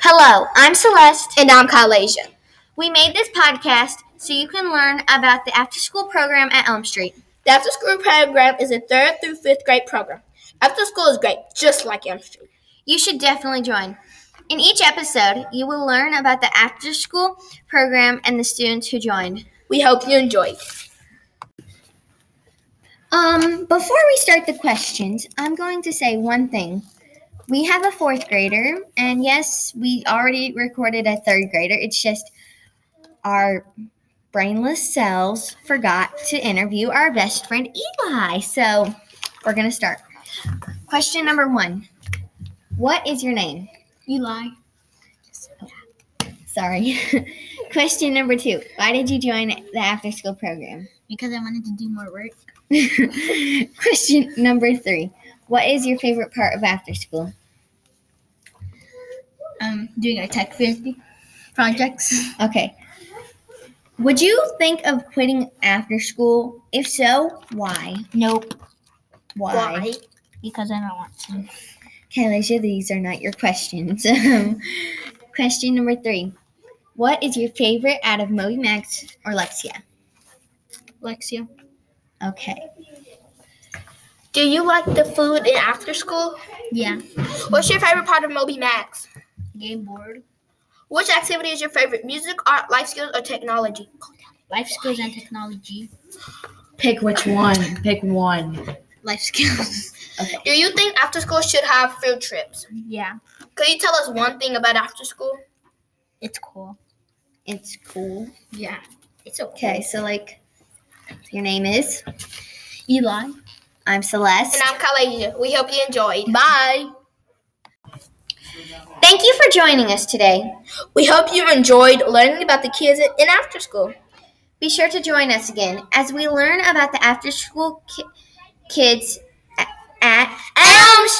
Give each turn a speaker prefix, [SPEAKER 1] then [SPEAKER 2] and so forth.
[SPEAKER 1] Hello, I'm Celeste.
[SPEAKER 2] And I'm Kylasia.
[SPEAKER 1] We made this podcast so you can learn about the after school program at Elm Street.
[SPEAKER 2] The after school program is a third through fifth grade program. After school is great, just like Elm Street.
[SPEAKER 1] You should definitely join. In each episode, you will learn about the after school program and the students who joined.
[SPEAKER 2] We hope you enjoy.
[SPEAKER 1] Um, before we start the questions, I'm going to say one thing. We have a fourth grader, and yes, we already recorded a third grader. It's just our brainless selves forgot to interview our best friend Eli. So we're going to start. Question number one What is your name?
[SPEAKER 2] Eli.
[SPEAKER 1] Sorry. Question number two Why did you join the after school program?
[SPEAKER 2] Because I wanted to do more work.
[SPEAKER 1] Question number three What is your favorite part of after school?
[SPEAKER 2] Um, doing our tech 50 projects.
[SPEAKER 1] Okay. Would you think of quitting after school? If so, why?
[SPEAKER 2] Nope.
[SPEAKER 1] Why?
[SPEAKER 2] Because I don't want to.
[SPEAKER 1] Okay, Alicia, these are not your questions. Question number three What is your favorite out of Moby Max or Lexia?
[SPEAKER 2] Lexia.
[SPEAKER 1] Okay.
[SPEAKER 2] Do you like the food in after school?
[SPEAKER 1] Yeah.
[SPEAKER 2] What's your favorite part of Moby Max?
[SPEAKER 3] Game board,
[SPEAKER 2] Which activity is your favorite? Music, art, life skills, or technology?
[SPEAKER 3] life skills and technology,
[SPEAKER 4] Pick which one. Pick one.
[SPEAKER 3] life skills.
[SPEAKER 2] Do you think after school should have field trips?
[SPEAKER 3] yeah,
[SPEAKER 2] Could you tell us one thing about after school?
[SPEAKER 3] it's cool.
[SPEAKER 1] It's cool.
[SPEAKER 3] Yeah, it's okay.
[SPEAKER 1] Okay, so like, your name is?
[SPEAKER 3] Eli,
[SPEAKER 1] I'm Celeste.
[SPEAKER 2] And I'm Kalasia. We hope you enjoyed. Bye.
[SPEAKER 1] Thank you for joining us today.
[SPEAKER 2] We hope you enjoyed learning about the kids in after school.
[SPEAKER 1] Be sure to join us again as we learn about the after school ki- kids a- at Elm Street.